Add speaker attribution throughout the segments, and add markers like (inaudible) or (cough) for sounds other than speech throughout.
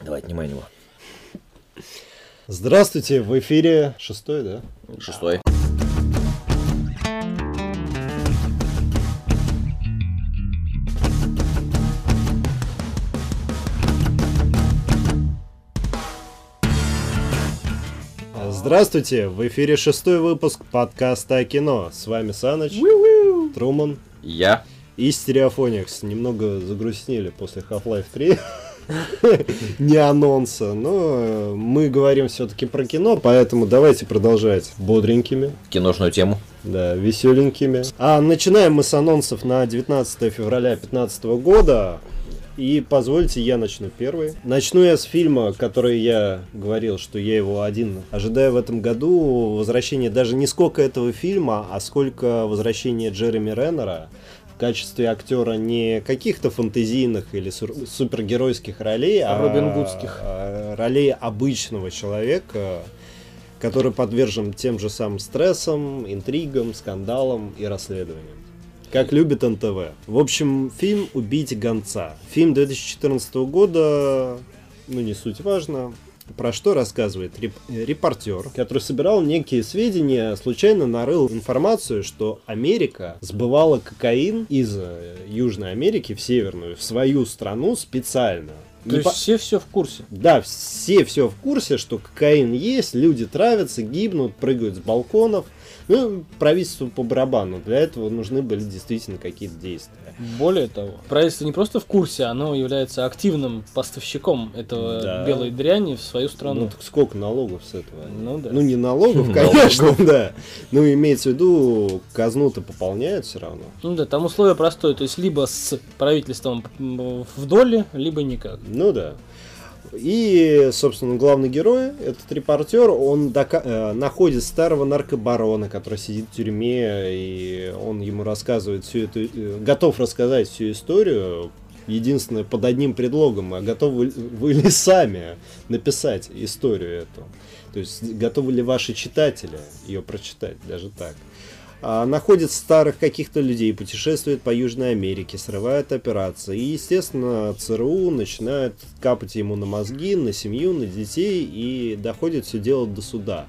Speaker 1: Давай, отнимай у него.
Speaker 2: Здравствуйте, в эфире шестой, да?
Speaker 1: Шестой.
Speaker 2: Здравствуйте, в эфире шестой выпуск подкаста о кино. С вами Саныч, Труман
Speaker 1: Я.
Speaker 2: и Стереофоникс. Немного загрустнели после Half-Life 3. Не анонса, но э, мы говорим все-таки про кино, поэтому давайте продолжать бодренькими,
Speaker 1: Киношную тему.
Speaker 2: да, веселенькими. А начинаем мы с анонсов на 19 февраля 2015 года. И позвольте, я начну первый. Начну я с фильма, который я говорил, что я его один ожидаю в этом году. Возвращение даже не сколько этого фильма, а сколько возвращение Джереми Реннера в качестве актера не каких-то фантазийных или сур- супергеройских ролей, а
Speaker 3: Робин Гудских.
Speaker 2: а, ролей обычного человека, который подвержен тем же самым стрессам, интригам, скандалам и расследованиям. Как любит НТВ. В общем, фильм «Убить гонца». Фильм 2014 года, ну не суть важно, про что рассказывает реп- э, репортер, который собирал некие сведения, случайно нарыл информацию, что Америка сбывала кокаин из э, Южной Америки в Северную, в свою страну специально.
Speaker 3: То
Speaker 2: Не
Speaker 3: есть
Speaker 2: по-
Speaker 3: все все в курсе.
Speaker 2: да, все все в курсе, что кокаин есть, люди травятся, гибнут, прыгают с балконов. Ну, правительству по барабану. Для этого нужны были действительно какие-то действия.
Speaker 3: Более того, правительство не просто в курсе, оно является активным поставщиком этого
Speaker 2: Да.
Speaker 3: белой дряни в свою страну.
Speaker 2: Ну, так сколько налогов с этого?
Speaker 3: Ну да.
Speaker 2: Ну, не налогов, конечно, да. Ну, имеется в виду, казну-то пополняют все равно.
Speaker 3: Ну да, там условие простое, то есть либо с правительством м, в доле, либо никак.
Speaker 2: Ну да. И, собственно, главный герой, этот репортер, он дока- э, находит старого наркобарона, который сидит в тюрьме, и он ему рассказывает всю эту, э, готов рассказать всю историю, единственное, под одним предлогом, а готовы ли- вы ли сами написать историю эту? То есть, готовы ли ваши читатели ее прочитать, даже так? А, находит старых каких-то людей, путешествует по Южной Америке, срывает операции. И, естественно, ЦРУ начинает капать ему на мозги, на семью, на детей, и доходит все дело до суда.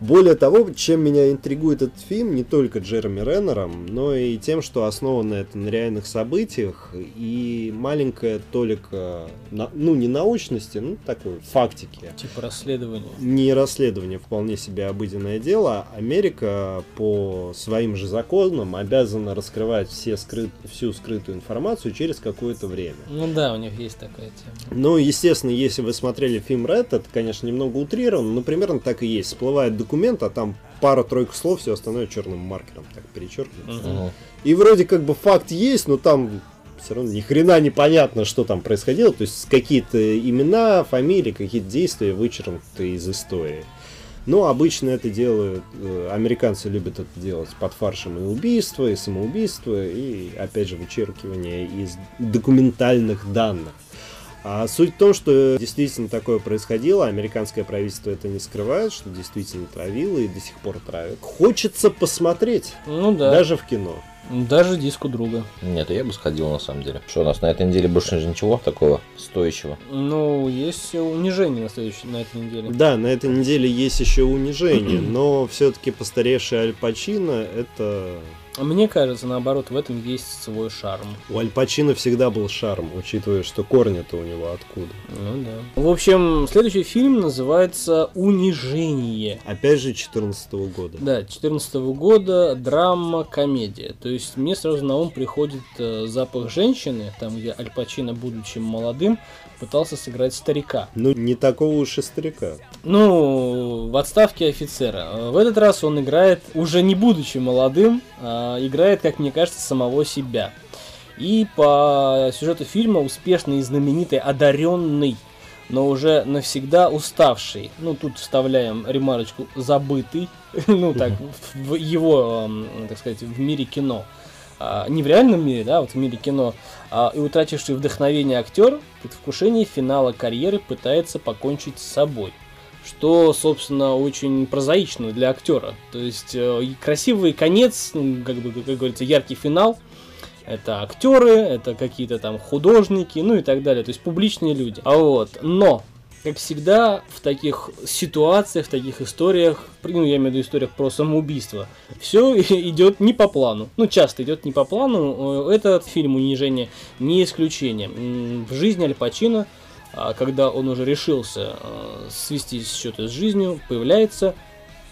Speaker 2: Более того, чем меня интригует этот фильм, не только Джереми Реннером, но и тем, что основано это на реальных событиях, и маленькая толика, на- ну, не научности, ну, такой фактики
Speaker 3: Типа расследование.
Speaker 2: не расследование, вполне себе обыденное дело. Америка по своим же законам обязана раскрывать все скрыт- всю скрытую информацию через какое-то время.
Speaker 3: Ну да, у них есть такая тема.
Speaker 2: Ну, естественно, если вы смотрели фильм Red, это, конечно, немного утрировано, но примерно так и есть. Всплывает документ, а там пара-тройка слов, все остальное черным маркером так перечеркивается.
Speaker 3: Мгм.
Speaker 2: И вроде как бы факт есть, но там все равно ни хрена непонятно, что там происходило. То есть какие-то имена, фамилии, какие-то действия вычеркнуты из истории. Но обычно это делают, э, американцы любят это делать под фаршем и убийства, и самоубийства, и, опять же, вычеркивание из документальных данных. А суть в том, что действительно такое происходило, американское правительство это не скрывает, что действительно травило и до сих пор травит. Хочется посмотреть,
Speaker 3: Ну да, даже...
Speaker 2: даже в кино.
Speaker 3: диску друга.
Speaker 1: Нет, я бы сходил на самом деле. Что у нас на этой неделе больше же ничего такого стоящего?
Speaker 3: Ну, есть унижение на следующей, на этой неделе.
Speaker 2: Да, на этой неделе есть еще унижение, но все-таки постаревший Аль Пачино это...
Speaker 3: А Мне кажется, наоборот, в этом есть свой шарм.
Speaker 2: У Аль Пачино всегда был шарм, учитывая, что корни-то у него откуда.
Speaker 3: Ну да. В общем, следующий фильм называется «Унижение».
Speaker 2: Опять же, 14 года.
Speaker 3: Да, 14 года драма комедия. То есть мне сразу на ум приходит э, запах женщины, там где Аль Пачино, будучи молодым, пытался сыграть старика.
Speaker 2: Ну, не такого уж и старика.
Speaker 3: Ну, в отставке офицера. Э, В этот раз он играет, уже не будучи молодым, а, играет, как мне кажется, самого себя. И по сюжету фильма успешный и знаменитый одаренный, но уже навсегда уставший. Ну, тут вставляем ремарочку «забытый», (laughs) ну, так, в его, эм, так сказать, в мире кино. А, Не в реальном мире, да, вот в мире кино, а, и утративший вдохновение актер в предвкушении финала карьеры пытается покончить с собой. Что, собственно, очень прозаично для актера. То есть э, и красивый конец, ну, как бы, как говорится, яркий финал. Это актеры, это какие-то там художники, ну и так далее. То есть публичные люди. А вот, но Как всегда, в таких ситуациях, в таких историях, ну, я имею в виду историях про самоубийство, (laughs) все идет не по плану. Ну, часто идет не по плану. Э, Этот фильм «Унижение» не исключение. М, В жизни Аль Пачино, а, когда он уже решился э, свести счеты с жизнью, появляется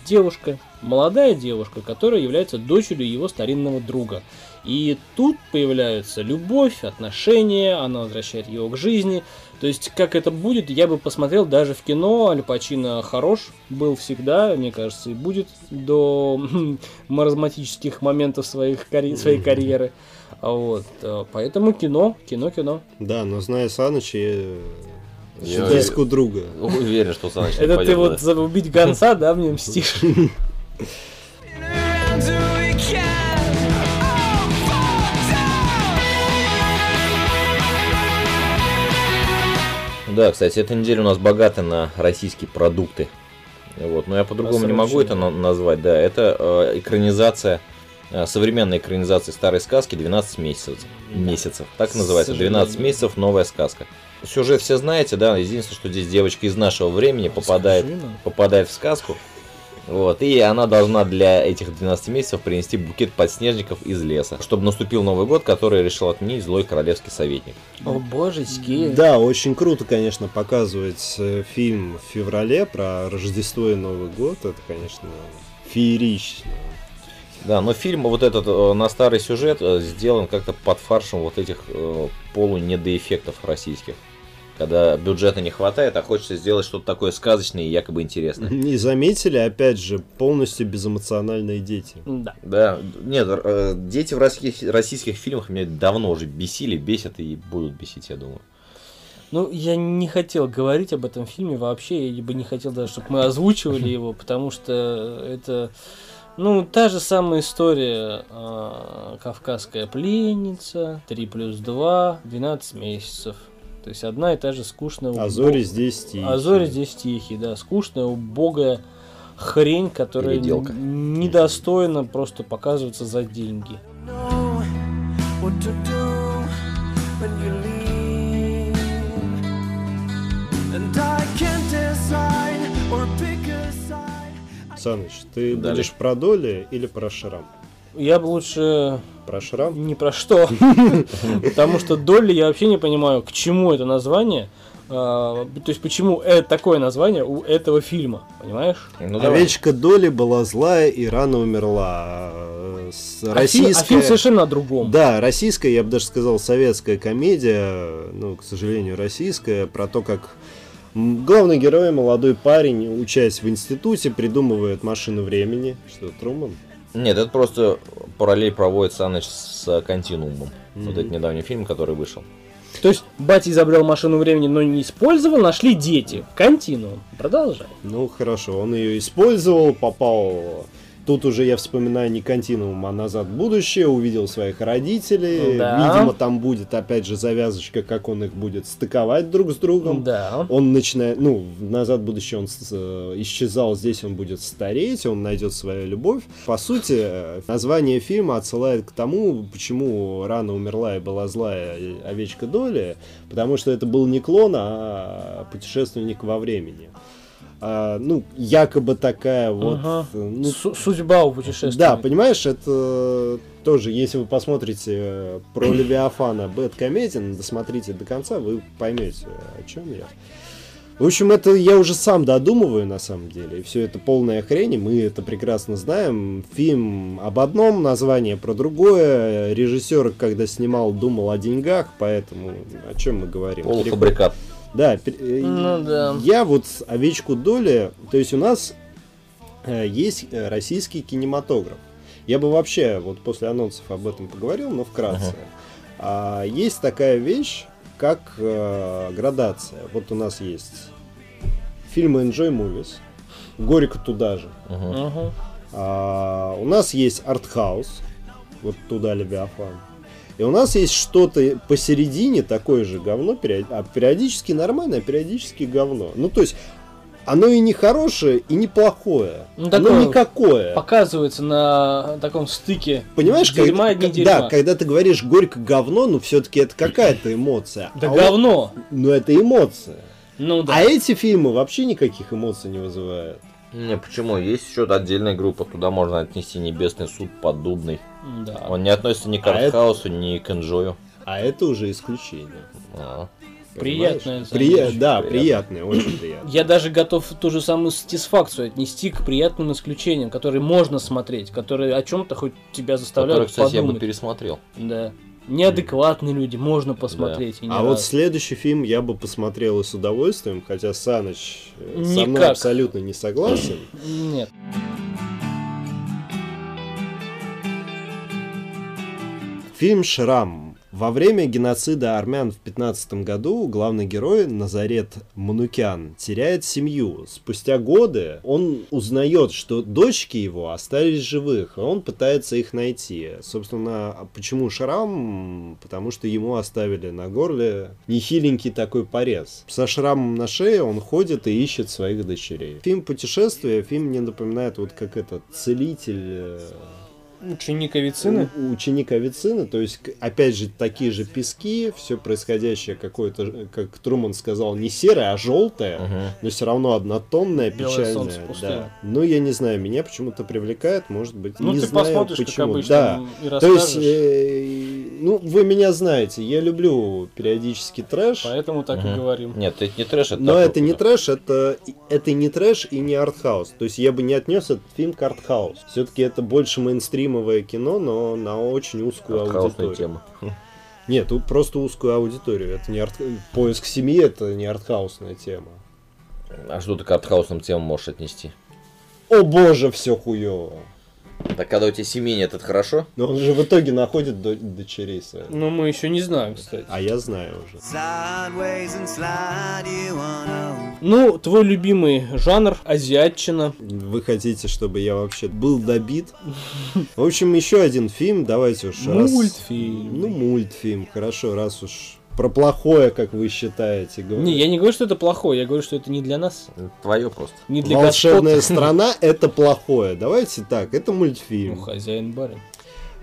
Speaker 3: девушка, молодая девушка, которая является дочерью его старинного друга. И тут появляются любовь, отношения, она возвращает его к жизни. То есть, как это будет, я бы посмотрел даже в кино. Аль Пачино хорош, был всегда, мне кажется, и будет до (laughs) хм, маразматических моментов своих карь- своей карьеры. А Вот, э, поэтому кино, кино, кино.
Speaker 2: Да, но зная Саныча, я
Speaker 1: Я-
Speaker 2: доску друга.
Speaker 1: Уверен, Ну, что Саныч не
Speaker 3: (laughs) Это ты
Speaker 1: пойдет,
Speaker 3: вот
Speaker 1: да.
Speaker 3: за убить гонца, да,
Speaker 1: (laughs)
Speaker 3: мне мстишь?
Speaker 4: around till we can all fall down.
Speaker 1: Да, кстати, эта неделя у нас богата на российские продукты. Вот, но я по-другому не могу это на- назвать. Да, это э, экранизация, э, современная экранизация старой сказки 12 месяцев. месяцев. Так
Speaker 3: К
Speaker 1: называется, 12
Speaker 3: сожалению.
Speaker 1: месяцев, новая сказка. Сюжет все знаете, да, единственное, что здесь девочка из нашего времени попадает,
Speaker 3: Скажи нам.
Speaker 1: попадает в сказку. Вот, и она должна для этих 12 месяцев принести букет подснежников из леса, чтобы наступил Новый год, который решил отменить злой королевский советник.
Speaker 2: ну.
Speaker 3: О божечки.
Speaker 2: Да, очень круто, конечно, показывать э, фильм в феврале про Рождество и Новый год. Это, конечно, феерично.
Speaker 1: Да, но фильм вот этот э, на старый сюжет э, сделан как-то под фаршем вот этих э, полунедоэффектов российских. Когда бюджета не хватает, а хочется сделать что-то такое сказочное и якобы интересное.
Speaker 2: И заметили, опять же, полностью безэмоциональные дети.
Speaker 3: Ну Да.
Speaker 1: Да, нет, э, дети в российских, российских фильмах меня давно уже бесили, бесят и будут бесить, я думаю.
Speaker 3: Ну, я не хотел говорить об этом фильме вообще, я бы не хотел даже, чтобы мы
Speaker 1: (laughs)
Speaker 3: озвучивали его, потому что это, ну, та же самая история. а, Кавказская пленница, 3 плюс 2, 12 месяцев. То есть одна и та же скучная...
Speaker 2: А
Speaker 3: убо-
Speaker 2: зори здесь тихие.
Speaker 3: Ну, а зори здесь тихие, да, скучная, убогая хрень, которая
Speaker 1: Переделка.
Speaker 3: н- недостойна просто показываться за деньги.
Speaker 4: know what to do when you leave. And I can't decide or pick a side.
Speaker 2: Саныч, ты
Speaker 1: Далее.
Speaker 2: будешь про доли или про шрам?
Speaker 3: Я бы лучше
Speaker 2: Про шрам?
Speaker 3: Ни про что. (laughs) Потому что Долли я вообще не понимаю, к чему это название. а, То есть почему э- такое название у этого фильма, понимаешь?
Speaker 2: А
Speaker 1: Ну, давай.
Speaker 2: Овечка Доли была злая и рано умерла. а, э, с-
Speaker 3: А фи- А фильм
Speaker 2: Российская...
Speaker 3: совершенно о другом.
Speaker 2: Да, российская, я бы даже сказал, советская комедия, ну, к сожалению, российская, про то, как м, главный герой, молодой парень, учась в институте, придумывает машину времени. Что, Труман?
Speaker 1: Нет, это просто параллель проводит Саныч с э, континуумом.
Speaker 2: Мгм.
Speaker 1: Вот этот недавний фильм, который вышел.
Speaker 3: То есть батя изобрел машину времени, но не использовал, нашли дети. Континуум. Продолжай.
Speaker 2: Ну, хорошо, он ее использовал, попал... Тут уже я вспоминаю не континуум, а назад в будущее, увидел своих родителей.
Speaker 3: Да.
Speaker 2: Видимо, там будет опять же завязочка, как он их будет стыковать друг с другом.
Speaker 3: Да.
Speaker 2: Он начинает, ну, в назад в будущее он с- э, исчезал, здесь он будет стареть, он найдет свою любовь. По сути, э, название фильма отсылает к тому, почему рано умерла и была злая э, овечка Доли, потому что это был не клон, а путешественник во времени. А, ну, якобы такая вот...
Speaker 3: Ага.
Speaker 2: э, ну,
Speaker 3: Су- Судьба у путешествия.
Speaker 2: да, понимаешь, это э, тоже, если вы посмотрите э, про Левиафана Бэт Комедиан, досмотрите до конца, вы поймете, о чем я. В общем, это я уже сам додумываю на самом деле. И все это полная хрень, и мы это прекрасно знаем. Фильм об одном, название про другое. Режиссер, когда снимал, думал о деньгах, поэтому о чем мы говорим? Переход-
Speaker 1: Полуфабрикат.
Speaker 2: да, пер- э,
Speaker 3: Ну да.
Speaker 2: я вот с овечку доли, то есть у нас э, есть э, российский кинематограф. Я бы вообще вот после анонсов об этом поговорил, но вкратце. А, есть такая вещь, как э, градация. Вот у нас есть фильмы Enjoy Movies, Горько туда же.
Speaker 1: Мгм.
Speaker 3: Ага.
Speaker 2: А, у нас есть артхаус, вот туда Левиафан. И у нас есть что-то посередине, такое же говно, период- а периодически нормальное, а периодически говно. Ну, то есть, оно и не хорошее, и не плохое.
Speaker 3: Ну,
Speaker 2: оно
Speaker 3: такое
Speaker 2: никакое.
Speaker 3: Показывается на таком стыке.
Speaker 2: Понимаешь,
Speaker 3: дерьма и
Speaker 2: когда,
Speaker 3: не
Speaker 2: к-
Speaker 3: дерьма.
Speaker 2: да, когда ты говоришь горько говно, ну все-таки это какая-то эмоция.
Speaker 3: Да
Speaker 2: А у-
Speaker 3: говно.
Speaker 2: Ну это эмоция.
Speaker 3: Ну да.
Speaker 2: А эти фильмы вообще никаких эмоций не вызывают.
Speaker 1: Не, почему? Есть еще отдельная группа, туда можно отнести Небесный суд, Поддубный.
Speaker 3: Да.
Speaker 1: Он не относится ни к
Speaker 2: А это-
Speaker 1: артхаусу, ни к инжою.
Speaker 2: А это уже исключение.
Speaker 1: А.
Speaker 3: Приятное
Speaker 2: Прия-
Speaker 3: занятие.
Speaker 2: Да,
Speaker 1: Приятно.
Speaker 2: приятное, очень приятное.
Speaker 3: Я даже готов ту же самую сатисфакцию отнести к приятным исключениям, которые можно смотреть, которые о чем-то хоть тебя
Speaker 1: Который,
Speaker 3: заставляют
Speaker 1: кстати, я бы
Speaker 3: подумать.
Speaker 1: пересмотрел.
Speaker 3: Да. Неадекватные люди, можно посмотреть. и не
Speaker 2: А вот
Speaker 3: раз.
Speaker 2: следующий фильм я бы посмотрел и с удовольствием, хотя Саныч э, со мной
Speaker 3: Никак.
Speaker 2: абсолютно не согласен.
Speaker 3: Нет.
Speaker 2: Фильм «Шрам». Во время геноцида армян в 15 году главный герой Назарет Манукян теряет семью. Спустя годы он узнает, что дочки его остались живых, и он пытается их найти. Собственно, а почему шрам? Потому что ему оставили на горле нехиленький такой порез. Со шрамом на шее он ходит и ищет своих дочерей. Фильм «Путешествие», фильм мне напоминает вот как этот «Целитель», э,
Speaker 3: Ученик Авицины?
Speaker 2: у- ученик Авицины, то есть, к- опять же, такие же пески, все происходящее какое-то, ж- как Труман сказал, не серое, а желтое,
Speaker 1: Мгм.
Speaker 2: но все равно однотонное,
Speaker 3: Белое
Speaker 2: печальное.
Speaker 3: солнце пустое.
Speaker 2: да. Ну, я не знаю, меня почему-то привлекает, может быть,
Speaker 3: Ну,
Speaker 2: не
Speaker 3: ты
Speaker 2: знаю
Speaker 3: посмотришь,
Speaker 2: почему.
Speaker 3: как обычно,
Speaker 2: да.
Speaker 3: и
Speaker 2: То
Speaker 3: расскажешь.
Speaker 2: есть, э, ну, вы меня знаете, я люблю периодически трэш.
Speaker 3: Поэтому так и
Speaker 1: Мгм.
Speaker 3: говорим.
Speaker 1: Нет, это не трэш, это...
Speaker 2: Но
Speaker 1: такой
Speaker 2: это не
Speaker 1: куда.
Speaker 2: трэш, это, это не трэш и не артхаус. То есть я бы не отнес этот фильм к артхаус. Все-таки это больше мейнстримовое кино, но на очень узкую
Speaker 1: Артхаусная
Speaker 2: аудиторию.
Speaker 1: тема.
Speaker 2: Нет, тут просто узкую аудиторию. Это не арт... Поиск семьи, это не артхаусная тема.
Speaker 1: А что ты к артхаусным темам можешь отнести?
Speaker 2: О боже, все хуево.
Speaker 1: Так когда у тебя семьи нет, это хорошо?
Speaker 2: Но он же в итоге находит до- дочерей своих.
Speaker 3: Но Ну, мы еще не знаем, кстати.
Speaker 2: А я знаю уже.
Speaker 4: Sideways and slide you on over.
Speaker 3: Ну, твой любимый жанр азиатчина.
Speaker 2: Вы хотите, чтобы я вообще был добит? В общем, еще один фильм. Давайте уж раз-
Speaker 3: Мультфильм.
Speaker 2: Ну, мультфильм, хорошо, раз уж про плохое, как вы считаете, говорю.
Speaker 3: Не, я не говорю, что это плохое, я говорю, что это не для нас.
Speaker 1: Твое просто.
Speaker 3: Не для
Speaker 2: Волшебная
Speaker 3: господ.
Speaker 2: страна это плохое. Давайте так, это
Speaker 3: Ну,
Speaker 2: мультфильм.
Speaker 3: хозяин барин.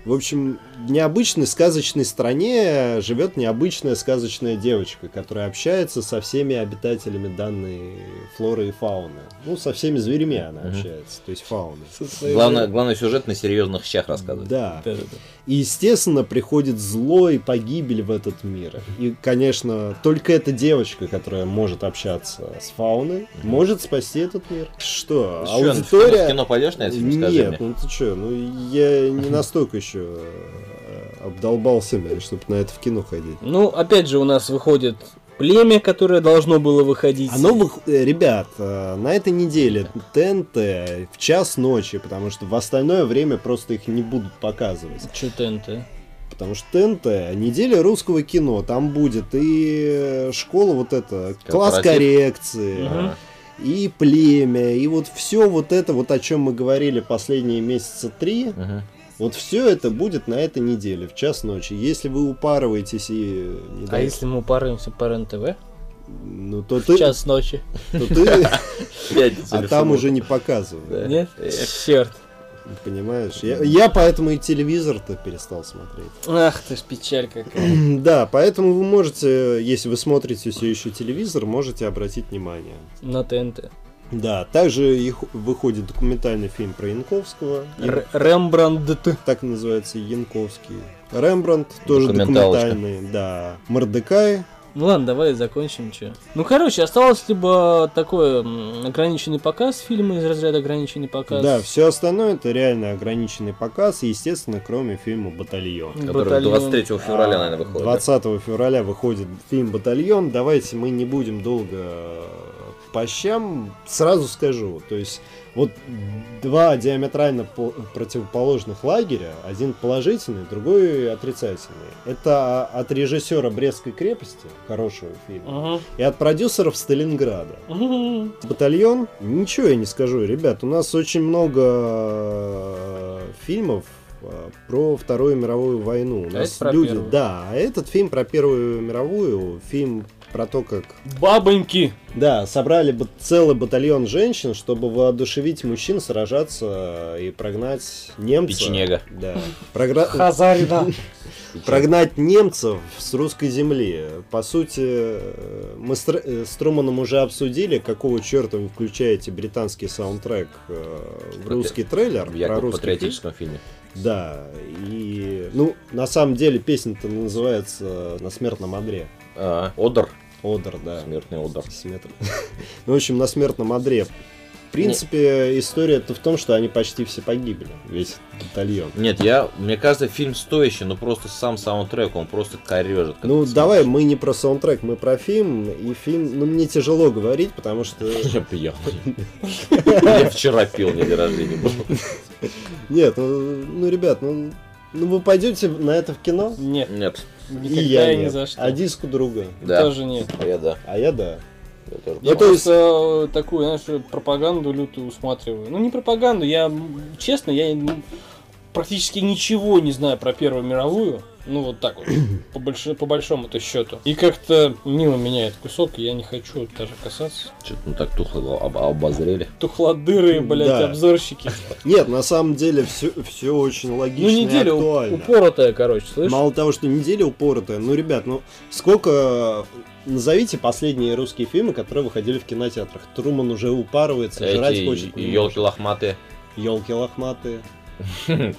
Speaker 2: В общем, в необычной сказочной стране живет необычная сказочная девочка, которая общается со всеми обитателями данной флоры и фауны. Ну, со всеми зверями она
Speaker 1: Мгм.
Speaker 2: общается, то есть фауны.
Speaker 1: Главное, главное сюжет на серьезных щах рассказывать.
Speaker 2: Да.
Speaker 3: Да-да-да.
Speaker 2: И, естественно, приходит зло и погибель в этот мир. И, конечно, только эта девочка, которая может общаться с фауной, может спасти этот мир. Что?
Speaker 1: Ты чё, в
Speaker 2: Аудитория...
Speaker 1: кино пойдешь на этот фильм, скажи
Speaker 2: Нет,
Speaker 1: мне?
Speaker 2: ну ты чё, ну я
Speaker 1: (laughs)
Speaker 2: не настолько еще обдолбался, чтобы на это в кино ходить.
Speaker 3: Ну, опять же, у нас выходит племя, которое должно было выходить.
Speaker 2: Оно, вых- э, ребят, э, на этой неделе ТНТ в час ночи, потому что в остальное время просто их не будут показывать.
Speaker 3: Чё ТНТ? А
Speaker 2: Потому что ТНТ, неделя русского кино, там будет и э, школа вот это, класс коррекции,
Speaker 3: Мгм.
Speaker 1: Ага.
Speaker 2: и племя, и вот все вот это, вот о чем мы говорили последние месяца три,
Speaker 1: Мгм.
Speaker 2: вот все это будет на этой неделе, в час ночи. Если вы упарываетесь и э, не
Speaker 3: А
Speaker 2: дай-
Speaker 3: если мы упарываемся по РЕН-ТВ?
Speaker 2: ну, то ты,
Speaker 3: В час ночи.
Speaker 2: то ты-
Speaker 3: (laughs)
Speaker 1: Пятница
Speaker 2: а
Speaker 1: или
Speaker 2: там
Speaker 1: суббота.
Speaker 2: уже не показывают,
Speaker 1: Да.
Speaker 3: Нет?
Speaker 2: Э,
Speaker 1: Эх.
Speaker 3: Черт.
Speaker 2: понимаешь? Я, я поэтому и телевизор-то перестал
Speaker 3: (laughs)
Speaker 2: смотреть.
Speaker 3: Ах ты ж печаль
Speaker 2: (clears throat)
Speaker 3: какая.
Speaker 2: Да, поэтому вы можете, если вы смотрите все еще телевизор, можете обратить внимание.
Speaker 3: На ТНТ.
Speaker 2: Да, также их выходит документальный фильм про Янковского. Ян-
Speaker 3: Р- Рембрандт.
Speaker 2: Так называется Янковский. Рембрандт тоже
Speaker 1: Документалочка.
Speaker 2: документальный, да. Мордекай.
Speaker 3: Ну ладно, давай закончим, че. Ну, короче, осталось либо такой м, ограниченный показ фильма из разряда ограниченный показ.
Speaker 2: Да, все остальное это реально ограниченный показ, естественно, кроме фильма Батальон.
Speaker 1: Который
Speaker 3: Батальон.
Speaker 1: 23 февраля,
Speaker 2: А,
Speaker 1: наверное, выходит.
Speaker 2: 20 февраля выходит фильм «Батальон». Давайте мы не будем долго э, по щам. Сразу скажу, то есть вот два диаметрально по- противоположных лагеря, один положительный, другой отрицательный. Это от режиссера Брестской крепости, хорошего фильма,
Speaker 3: Мгм.
Speaker 2: и от продюсеров Сталинграда.
Speaker 3: Мгм.
Speaker 2: Батальон, ничего я не скажу, ребят, у нас очень много э, фильмов э, про Вторую мировую войну. У
Speaker 3: А
Speaker 2: нас
Speaker 3: это про
Speaker 2: люди,
Speaker 3: Первую.
Speaker 2: да, а этот фильм про Первую мировую, фильм про то, как,
Speaker 3: Бабоньки.
Speaker 2: да, собрали бы целый батальон женщин, чтобы воодушевить мужчин сражаться и прогнать немцев.
Speaker 1: Печенега.
Speaker 2: Да. Програ- (laughs)
Speaker 3: Хазарина.
Speaker 2: прогнать немцев с русской земли. По сути, э, мы с, Тр- э, с Труманом уже обсудили, какого черта вы включаете британский саундтрек э, в
Speaker 1: Патри-
Speaker 2: русский трейлер.
Speaker 1: в якобы
Speaker 2: русских
Speaker 1: патриотическом фильме.
Speaker 2: песен. Да, и... Ну, на самом деле, песня-то называется «На смертном одре».
Speaker 1: А, Одер,
Speaker 2: Одер, да.
Speaker 1: смертный Одер.
Speaker 2: Симметр. (laughs) Ну, в общем, на смертном одре. В принципе, история-то в том, что они почти все погибли. Весь батальон.
Speaker 1: Нет, я, мне кажется, фильм стоящий, но просто сам саундтрек, он просто корежит. когда
Speaker 2: Ну,
Speaker 1: ты
Speaker 2: давай, мы не про саундтрек, мы про фильм. И фильм, ну, мне тяжело говорить, потому что...
Speaker 1: смотришь. Я пьяный. Я вчера пил, на день рождения был.
Speaker 2: Нет, ну, ну, ребят, ну, ну вы пойдете на это в кино?
Speaker 3: Нет,
Speaker 1: Нет,
Speaker 3: никогда
Speaker 2: и я
Speaker 3: и ни
Speaker 2: нет.
Speaker 3: за что.
Speaker 2: А диску друга.
Speaker 1: да.
Speaker 3: Тоже нет.
Speaker 1: Я да.
Speaker 2: А я да.
Speaker 1: Я тоже
Speaker 3: Я
Speaker 2: Ну,
Speaker 1: пьяный.
Speaker 2: то есть-
Speaker 3: просто э, такую, знаешь, пропаганду лютую усматриваю. Ну, не пропаганду, я, м, честно, я ну, практически ничего не знаю про Первую мировую. Ну, вот так
Speaker 2: (clears throat)
Speaker 3: вот, по, больш- по большому-то счету. И как-то мимо меня этот кусок, и я не хочу даже касаться.
Speaker 1: Чё-то мы так тухло его об- обозрели.
Speaker 3: Тухладырые, блядь,
Speaker 2: Да.
Speaker 3: обзорщики.
Speaker 2: Нет, на самом деле все, все очень логично
Speaker 3: Ну,
Speaker 2: и
Speaker 3: неделя у-
Speaker 2: актуально.
Speaker 3: упоротая, короче, слышишь?
Speaker 2: Мало того, что неделя упоротая. Ну, ребят, ну сколько... Назовите последние русские фильмы, которые выходили в кинотеатрах. Труман уже упарывается, жрать хочет.
Speaker 1: Эти елки лохматые.
Speaker 2: Елки
Speaker 3: (laughs)
Speaker 2: лохматые.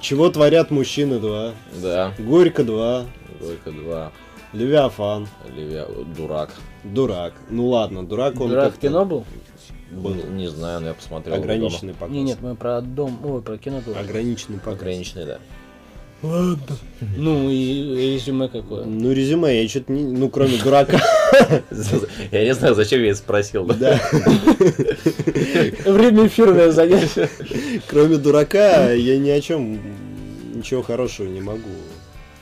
Speaker 2: Чего творят мужчины два?
Speaker 1: Да.
Speaker 2: Горько два.
Speaker 1: Только два.
Speaker 2: Левиафан.
Speaker 1: Левя... Дурак.
Speaker 2: Дурак. Ну ладно, дурак он
Speaker 3: Дурак в
Speaker 2: как-то
Speaker 3: кино был?
Speaker 2: Был.
Speaker 1: Не, не знаю, но я посмотрел. его
Speaker 2: ограниченный показ.
Speaker 3: Не, нет, мы про дом, ой, про кино говорим.
Speaker 2: Ограниченный
Speaker 1: дома.
Speaker 2: показ.
Speaker 1: Ограниченный, да. (laughs)
Speaker 3: Ну и резюме какое.
Speaker 2: Ну, резюме, я что-то не... Ну, кроме дурака,
Speaker 3: (laughs)
Speaker 1: Я не знаю, зачем я это спросил. Да.
Speaker 2: да.
Speaker 3: Время эфирное занятие.
Speaker 2: Кроме дурака, я ни о чем ничего хорошего не могу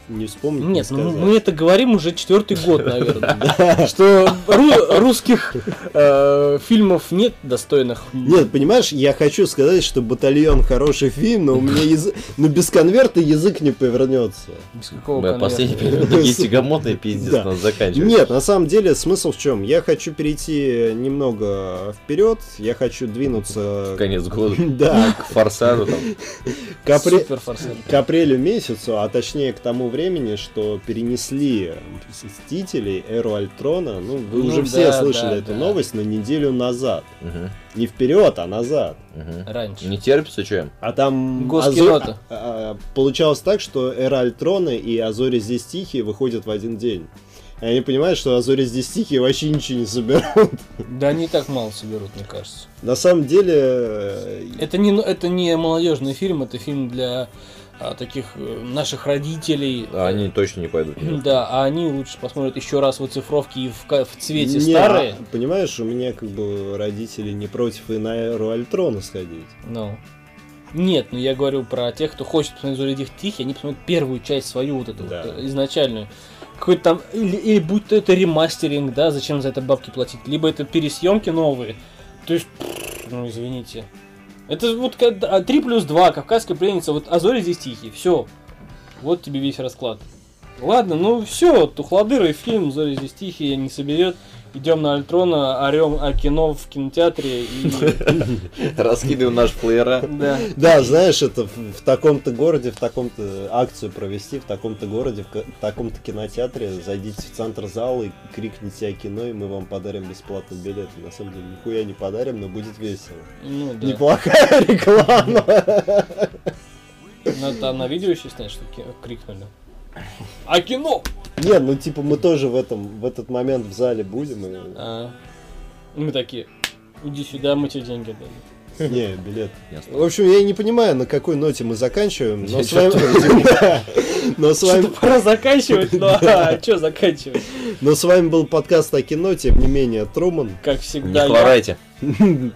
Speaker 2: не вспомнить. не
Speaker 3: Нет, ну
Speaker 2: сказать.
Speaker 3: мы это говорим уже четвертый
Speaker 2: (laughs)
Speaker 3: год, наверное. Что ру- русских э, фильмов нет достойных.
Speaker 2: Нет, понимаешь, я хочу сказать, что батальон хороший фильм, но у меня язык. Ну без конверта язык не повернется.
Speaker 3: Без какого
Speaker 1: Мы
Speaker 3: конверта.
Speaker 1: последний период такие тягомотные пиздец,
Speaker 2: Да.
Speaker 1: надо заканчивать.
Speaker 2: Нет, на самом деле смысл в чем? Я хочу перейти немного вперед, я хочу двинуться.
Speaker 1: Конец года.
Speaker 2: (laughs) Да,
Speaker 1: К форсажу там.
Speaker 2: к апре-
Speaker 3: Суперфорсаж.
Speaker 2: к апрелю месяцу, а точнее к тому времени, что перенесли «Мстителей», «Эру Альтрона». Ну, вы
Speaker 3: Ну
Speaker 2: уже все
Speaker 3: да,
Speaker 2: слышали
Speaker 3: да,
Speaker 2: эту
Speaker 3: да.
Speaker 2: новость на неделю назад.
Speaker 1: Мгм,
Speaker 2: Не вперед, а назад.
Speaker 1: мгм.
Speaker 3: Раньше.
Speaker 1: Не терпится, что им?
Speaker 2: А там
Speaker 3: Госкино-то.
Speaker 2: Азо- а, а, получалось так, что Эра Альтрона и Азори здесь тихие выходят в один день. А И они понимают, что Азори здесь тихие вообще ничего не собирают.
Speaker 3: Да они и так мало соберут, мне кажется.
Speaker 2: На самом деле, э,
Speaker 3: Это не, ну, это не молодежный фильм, это фильм для а, таких э, наших родителей.
Speaker 1: А Они точно не пойдут.
Speaker 3: (laughs) Да, а они лучше посмотрят еще раз в оцифровке и в, ка- в цвете
Speaker 2: не,
Speaker 3: старые.
Speaker 2: а, понимаешь, у меня как бы родители не против и на Эру Альтрона сходить.
Speaker 3: Ну. Нет, ну я говорю про тех, кто хочет посмотреть «Зори дих тихий», они посмотрят первую часть свою, вот эту,
Speaker 2: Да.
Speaker 3: вот, э, изначальную. Какой-то там, или, или будь то это ремастеринг, да, зачем за это бабки платить, либо это пересъемки новые. То есть, пф, ну извините. Это вот как- а, 3 плюс 2, кавказская пленница, вот Азори здесь тихий, все. Вот тебе весь расклад. Ладно, ну все, тухладырый фильм, Зори здесь тихий, не соберет. Идем на Альтрона, орем о кино в кинотеатре и... ну,
Speaker 1: Раскидываем наш плеера.
Speaker 3: Да.
Speaker 2: Да, знаешь, это в, в таком-то городе, в таком-то акцию провести, в таком-то городе, в, ка- в таком-то кинотеатре, зайдите в центр зала и крикните о кино, и мы вам подарим бесплатный билет. На самом деле, нихуя не подарим, но будет весело.
Speaker 3: Ну, да.
Speaker 2: Неплохая (laughs) реклама.
Speaker 3: Ну, там на видео еще снять, что ки- крикнули. А кино!
Speaker 2: Не, ну типа мы тоже в этом, в этот момент в зале будем. и-
Speaker 3: А, мы такие, иди сюда, мы тебе деньги дали.
Speaker 2: Не, билет.
Speaker 1: Ясно.
Speaker 2: В общем, я не понимаю, на какой ноте мы заканчиваем, но
Speaker 1: Я
Speaker 2: с вами... Да. Но с вами...
Speaker 3: Что-то пора заканчивать, но
Speaker 2: (laughs)
Speaker 3: а, что заканчивать?
Speaker 2: Но с вами был подкаст о кино, тем не менее, Труман. (laughs)
Speaker 3: Как
Speaker 1: Не
Speaker 3: всегда я,
Speaker 1: хворайте.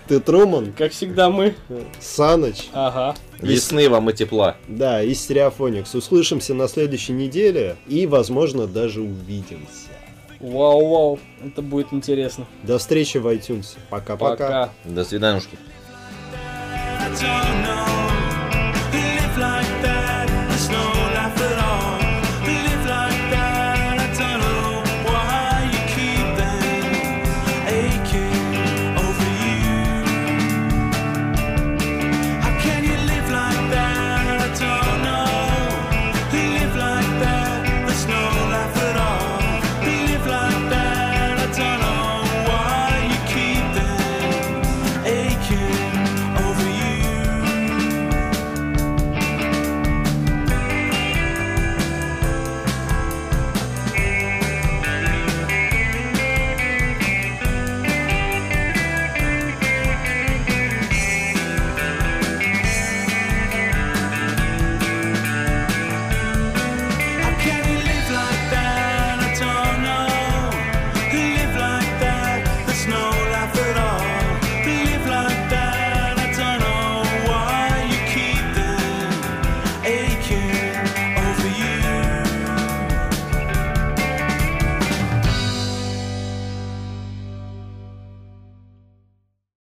Speaker 2: Ты Труман,
Speaker 3: как всегда мы.
Speaker 2: Саныч,
Speaker 3: Ага.
Speaker 1: Весны вам и тепла.
Speaker 2: да, и Стереофоникс. Услышимся на следующей неделе и, возможно, даже увидимся.
Speaker 3: Вау-вау, это будет интересно.
Speaker 2: До встречи в iTunes. Пока-пока.
Speaker 3: Пока.
Speaker 1: До свидания.
Speaker 4: I don't know